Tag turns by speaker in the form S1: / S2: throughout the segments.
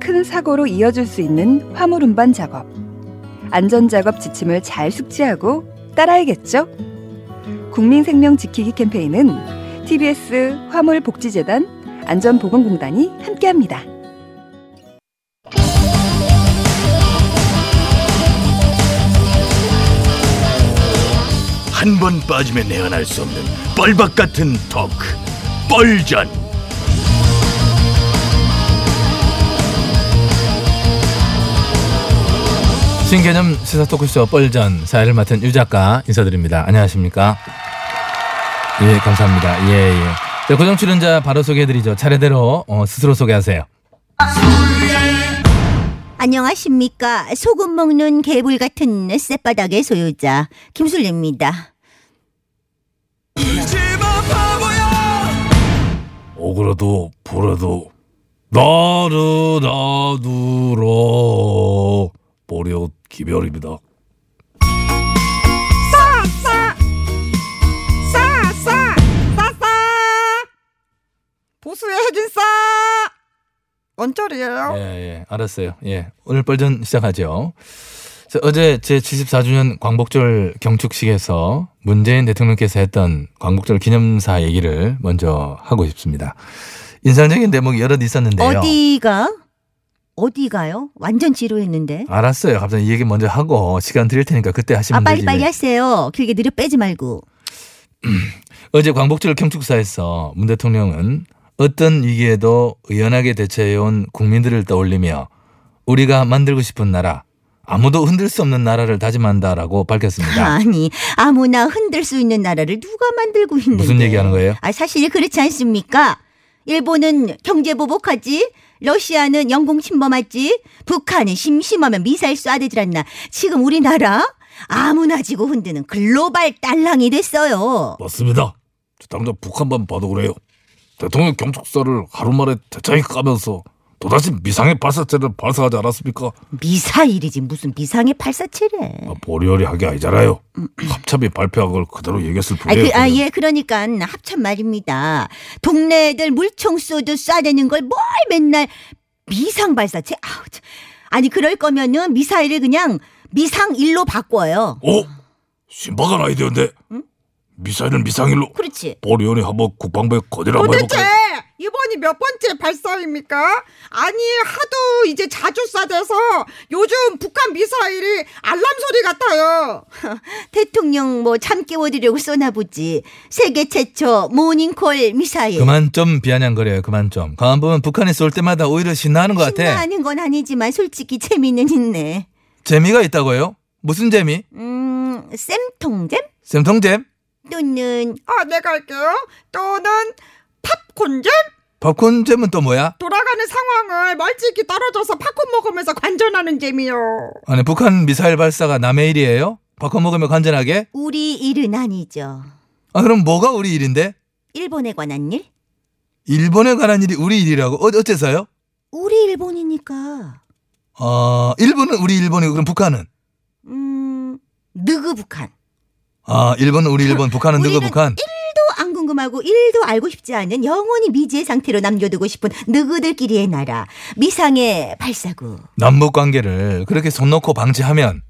S1: 큰 사고로 이어질 수 있는 화물 운반 작업. 안전 작업 지침을 잘 숙지하고 따라야겠죠. 국민 생명 지키기 캠페인은 TBS 화물 복지재단 안전보건공단이 함께합니다.
S2: 한 번 빠지면 내안할 수 없는 뻘박 같은 토크 뻘전
S3: 신개념 시사 토크쇼 뻘전 사회를 맡은 유 작가 인사드립니다. 안녕하십니까? 예, 감사합니다. 예, 예. 자, 고정 출연자 바로 소개해드리죠. 차례대로 어, 스스로 소개하세요.
S4: 안녕하십니까. 소금 먹는 개불 같은 쌔바닥의 소유자 김술래입니다.
S2: 오그라도 보라도 나르 나두로 보려 기별입니다
S5: 보수의 핵인싸 언저리예요.
S3: 예, 예, 알았어요. 예, 오늘 뻘전 시작하죠. 자, 어제 제 74주년 광복절 경축식에서 문재인 대통령께서 했던 광복절 기념사 얘기를 먼저 하고 싶습니다. 인상적인 대목이 여럿 있었는데요.
S4: 어디가 어디가요? 완전
S3: 아,
S4: 지루했는데.
S3: 알았어요. 갑자기 이 얘기 먼저 하고 시간 드릴 테니까 그때 하시면
S4: 아 빨리
S3: 되지.
S4: 빨리 하세요. 길게 느려 빼지 말고.
S3: 어제 광복절 경축사에서 문 대통령은 어떤 위기에도 의연하게 대처해온 국민들을 떠올리며 우리가 만들고 싶은 나라, 아무도 흔들 수 없는 나라를 다짐한다라고 밝혔습니다.
S4: 아니 아무나 흔들 수 있는 나라를 누가 만들고 있는데?
S3: 무슨 얘기하는 거예요?
S4: 아 사실 그렇지 않습니까? 일본은 경제 보복하지, 러시아는 영공 침범하지, 북한은 심심하면 미사일 쏴대질 않나. 지금 우리나라 아무나 지고 흔드는 글로벌 딸랑이 됐어요.
S2: 맞습니다 저 당장 북한만 봐도 그래요 대통령 경축사를 하루 만에 대차게 까면서 또다시 미상의 발사체를 발사하지 않았습니까?
S4: 미사일이지 무슨 미상의 발사체래.
S2: 아, 보리어리하게 아니잖아요 합참이 발표한 걸 그대로 얘기했을
S4: 음. 아,
S2: 뿐이에요
S4: 그, 아,
S2: 그냥.
S4: 예, 그러니까 합참 말입니다. 동네 애들 물총 쏘듯 쏴대는 걸 뭘 맨날 미상 발사체? 아우, 참. 아니 그럴 거면은 미사일을 그냥 미상일로 바꿔요.
S2: 오! 어? 신박한 아이디어인데 미사일은 미상일로
S4: 그렇지.
S2: 보리언이 한번 국방부에 건의를 한번
S5: 도대체
S2: 해볼까요?
S5: 이번이 몇 번째 발사입니까? 아니 하도 이제 자주 쏴대서 요즘 북한 미사일이 알람 소리 같아요.
S4: 대통령 뭐 잠 깨워드리려고 쏘나 보지. 세계 최초 모닝콜 미사일.
S3: 그만 좀 비아냥거려요. 그만 좀. 가만 보면 북한이 쏠 때마다 오히려 신나하는 것 같아.
S4: 신나하는 건 아니지만 솔직히 재미는 있네.
S3: 재미가 있다고요? 무슨 재미?
S4: 음, 쌤통잼
S3: 쌤통잼?
S4: 또는
S5: 아 내가 할게요. 또는 팝콘잼
S3: 팝콘잼은 또 뭐야?
S5: 돌아가는 상황을 멀찍이 떨어져서 팝콘 먹으면서 관전하는 재미요.
S3: 아니 북한 미사일 발사가 남의 일이에요? 팝콘 먹으면 간절하게?
S4: 우리 일은 아니죠.
S3: 아 그럼 뭐가 우리 일인데?
S4: 일본에 관한 일?
S3: 일본에 관한 일이 우리 일이라고? 어, 어째서요?
S4: 우리 일본이니까.
S3: 어, 일본은 우리 일본이고 그럼 북한은?
S4: 음, 느그 북한.
S3: 아, 일본은 우리 일본, 북한은 누구
S4: 우리는
S3: 북한?
S4: 일도 안 궁금하고 일도 알고 싶지 않은 영원히 미지의 상태로 남겨두고 싶은 느그들끼리의 나라. 미상의 발사구.
S3: 남북 관계를 그렇게 손 놓고 방치하면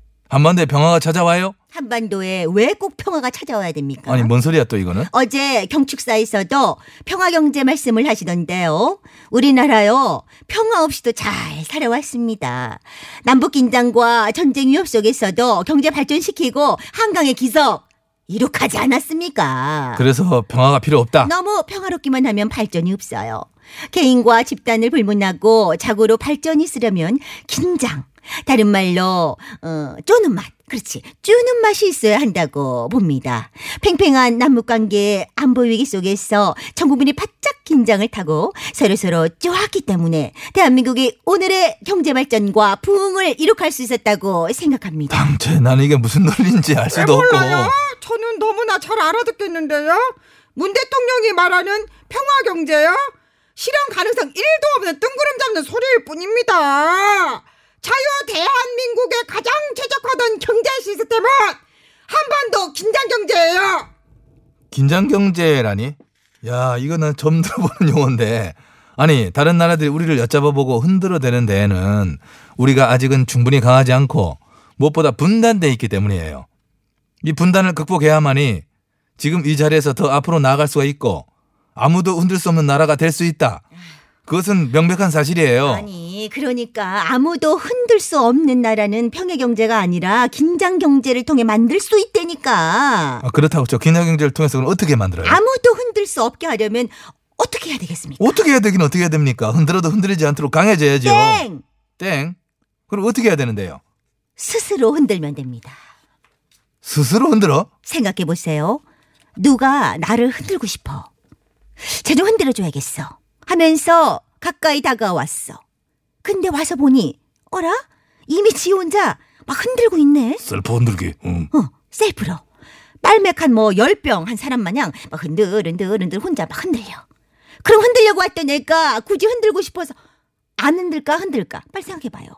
S3: 한반도에 평화가 찾아와요?
S4: 한반도에 왜 꼭 평화가 찾아와야 됩니까?
S3: 아니, 뭐- 뭔 소리야 또 이거는?
S4: 어제 경축사에서도 평화경제 말씀을 하시던데요. 우리나라요, 평화 없이도 잘 살아왔습니다. 남북긴장과 전쟁 위협 속에서도 경제 발전시키고 한강의 기적 이룩하지 않았습니까?
S3: 그래서 평화가 필요 없다.
S4: 너무 평화롭기만 하면 발전이 없어요. 개인과 집단을 불문하고 자고로 발전이 있으려면 긴장, 다른 말로 어, 쪼는 맛, 그렇지, 쪼는 맛이 있어야 한다고 봅니다. 팽팽한 남북관계 안보 위기 속에서 전 국민이 바짝 긴장을 타고 서로서로 쪼았기 때문에 대한민국이 오늘의 경제 발전과 부흥을 이룩할 수 있었다고 생각합니다.
S3: 당최 나는 이게 무슨 논리인지 알 수도 없고.
S5: 몰라요? 저는 너무나 잘 알아듣겠는데요. 문 대통령이 말하는 평화 경제요? 실현 가능성 1도 없는 뜬구름 잡는 소리일 뿐입니다. 자유 대한민국의 가장 최적화된 경제 시스템은 한반도 긴장 경제예요.
S3: 긴장 경제라니? 야, 이거는 처음 들어보는 용어인데. 아니, 다른 나라들이 우리를 엿잡아보고 흔들어 대는 데에는 우리가 아직은 충분히 강하지 않고 무엇보다 분단돼 있기 때문이에요. 이 분단을 극복해야만이 지금 이 자리에서 더 앞으로 나아갈 수가 있고 아무도 흔들 수 없는 나라가 될 수 있다. 그것은 명백한 사실이에요.
S4: 아니, 그러니까 아무도 흔들 수 없는 나라는 평화 경제가 아니라 긴장 경제를 통해 만들 수 있다니까.
S3: 아, 그렇다고 저 긴장 경제를 통해서 그럼 어떻게 만들어요?
S4: 아무도 흔들 수 없게 하려면 어떻게 해야 되겠습니까?
S3: 어떻게 해야 되긴 어떻게 해야 됩니까? 흔들어도 흔들리지 않도록 강해져야죠.
S4: 땡!
S3: 땡. 그럼 어떻게 해야 되는데요?
S4: 스스로 흔들면 됩니다.
S3: 스스로 흔들어?
S4: 생각해 보세요. 누가 나를 흔들고 싶어. 쟤 좀 흔들어 줘야겠어. 하면서 가까이 다가왔어. 근데 와서 보니 어라? 이미 지 혼자 막 흔들고 있네.
S2: 셀프 흔들기. 음.
S4: 어, 셀프로. 빨맥한 뭐 열병 한 사람 마냥 막 흔들흔들흔들 혼자 막 흔들려. 그럼 흔들려고 했던 애가 굳이 흔들고 싶어서 안 흔들까 흔들까? 빨리 생각해봐요.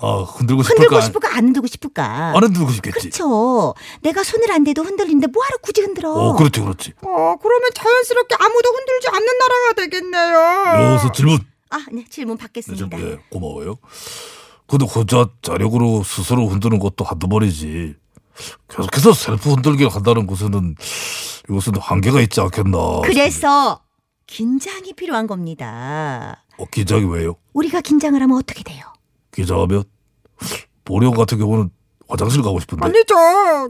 S3: 어,
S2: 아, 흔들고 싶을까?
S4: 흔들고 싶을까 안 흔들고 싶을까?
S2: 안 흔들고 싶겠지.
S4: 그렇죠. 내가 손을 안 대도 흔들리는데 뭐하러 굳이 흔들어?
S2: 어, 그렇지,
S3: 그렇죠.
S2: 그렇지.
S5: 어, 그러면 자연스럽게 아무도 흔들지 않는 나라가 되겠네요.
S2: 여기서 질문.
S4: 아, 네 질문
S2: 네, 좀,
S4: 받겠습니다.
S2: 예, 고마워요. 근데 그 혼자 자력으로 스스로 흔드는 것도 한두 번이지. 계속해서 셀프 흔들기를 한다는 것에는 이것은 한계가 있지 않겠나.
S4: 그래서 긴장이 필요한 겁니다.
S2: 어, 긴장이 왜요?
S4: 우리가 긴장을 하면 어떻게 돼요?
S2: 긴장하면 보령 같은 경우는 화장실 가고 싶은데.
S5: 아니죠.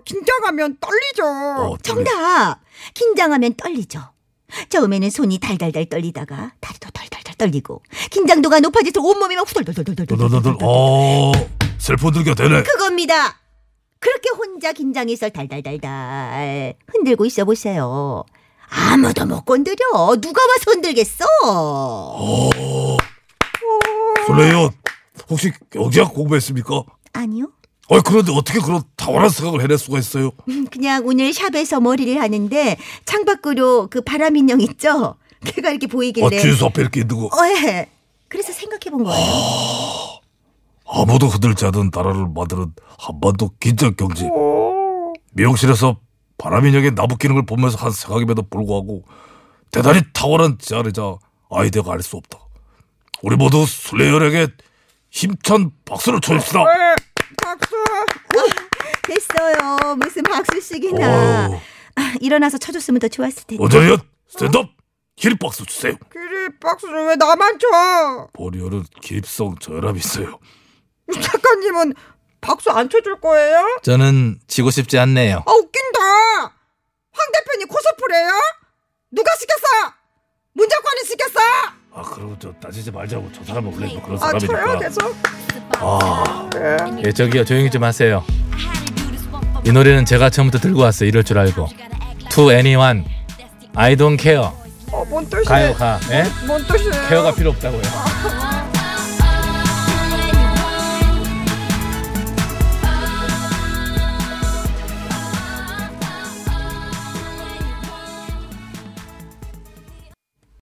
S5: 긴장하면 떨리죠.
S2: 어, 저기,
S4: 정답. 긴장하면 떨리죠. 처음에는 손이 달달달 떨리다가 다리도 덜덜덜 떨리고 긴장도가 높아질수록 온몸이 막
S2: 너너너너
S4: 후덜덜덜덜덜덜
S2: 어 셀프 흔들기가 되네.
S4: 그겁니다. 그렇게 혼자 긴장해서 달달달달 흔들고 있어 보세요. 아무도 못 건드려. 누가 와서 흔들겠어?
S2: 설레요. 혹시 경제학 공부했습니까?
S4: 아니요.
S2: 아니 그런데 어떻게 그런 탁월한 생각을 해낼 수가 있어요?
S4: 음, 그냥 오늘 샵에서 머리를 하는데 창밖으로 그 바람 인형 있죠? 걔가 이렇게
S2: 아,
S4: 보이길래.
S2: 주유소 앞에 이렇게 있는 거
S4: 어, 예. 그래서 생각해 본 거예요.
S2: 아무도 흔들지 않은 나라를 만드는 한반도 긴장 경제. 미용실에서 바람인형의 나부끼는 걸 보면서 한 생각임에도 불구하고 대단히 탁월한 제안이자 아이디어가 알 수 없다. 우리 모두 슬레이어에게 힘찬 박수를 쳐줍시다.
S5: 네, 박수.
S4: 됐어요. 무슨 박수씩이나.
S2: 어우.
S4: 아, 일어나서 쳐줬으면 더 좋았을 텐데.
S2: 어제연 스탠드업 힐박수 주세요.
S5: 길이 박수를 왜 나만 쳐?
S2: 보리어는 기립성 저혈압이 있어요.
S5: 작가님은 박수 안 쳐줄 거예요?
S3: 저는 지고 싶지 않네요.
S5: 아 웃긴다. 황 대표님 코스프레요? 누가 시켰어? 문정권이 시켰어?
S2: 아 그러고 저 따지지 말자고 저 사람은 원래 뭐 그런
S5: 아 쳐요
S2: 사람이니까.
S5: 계속.
S2: 아
S3: 예, 저기요, 조용히 좀 하세요. 이 노래는 제가 처음부터 들고 왔어요. 이럴 줄 알고. To anyone, I don't care.
S5: 어뭔 뜻이에요?
S3: 가요, 가. 예?
S5: 뭔 뜻이에요?
S3: 케어가 필요 없다고요.